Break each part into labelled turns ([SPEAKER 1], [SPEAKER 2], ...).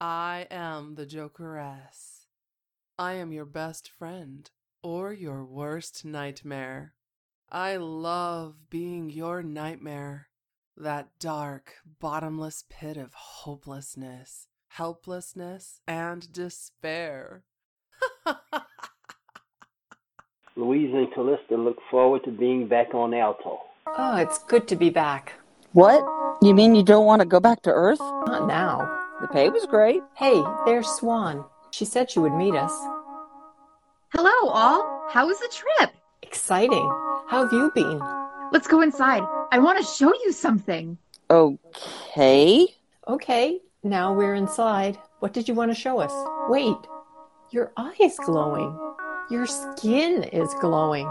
[SPEAKER 1] I am the Jokeress. I am your best friend or your worst nightmare. I love being your nightmare. That dark, bottomless pit of hopelessness, helplessness, and despair.
[SPEAKER 2] Louise and Callista look forward to being back on Alto.
[SPEAKER 3] Oh, it's good to be back.
[SPEAKER 4] What? You mean you don't want to go back to Earth?
[SPEAKER 3] Not now.
[SPEAKER 4] The pay was great.
[SPEAKER 3] Hey, there's Swan. She said she would meet us.
[SPEAKER 5] Hello, all. How was the trip?
[SPEAKER 3] Exciting. How have you been?
[SPEAKER 5] Let's go inside. I want to show you something.
[SPEAKER 4] Okay.
[SPEAKER 3] Okay, now we're inside. What did you want to show us? Wait, your eye's glowing. Your skin is glowing.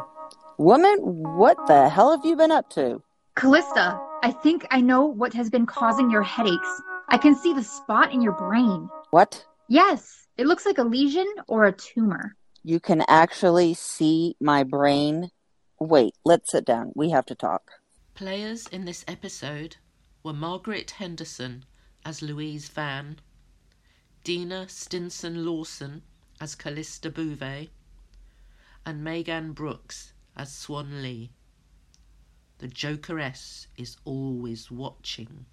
[SPEAKER 4] Woman, what the hell have you been up to?
[SPEAKER 5] Callista, I think I know what has been causing your headaches. I can see the spot in your brain.
[SPEAKER 4] What?
[SPEAKER 5] Yes, it looks like a lesion or a tumor.
[SPEAKER 4] You can actually see my brain? Wait, let's sit down. We have to talk.
[SPEAKER 6] Players in this episode were Margaret Henderson as Louise Van, Dina Stinson Lawson as Callista Bouvet, and Megan Brooks as Swan Lee. The Jokeress is always watching.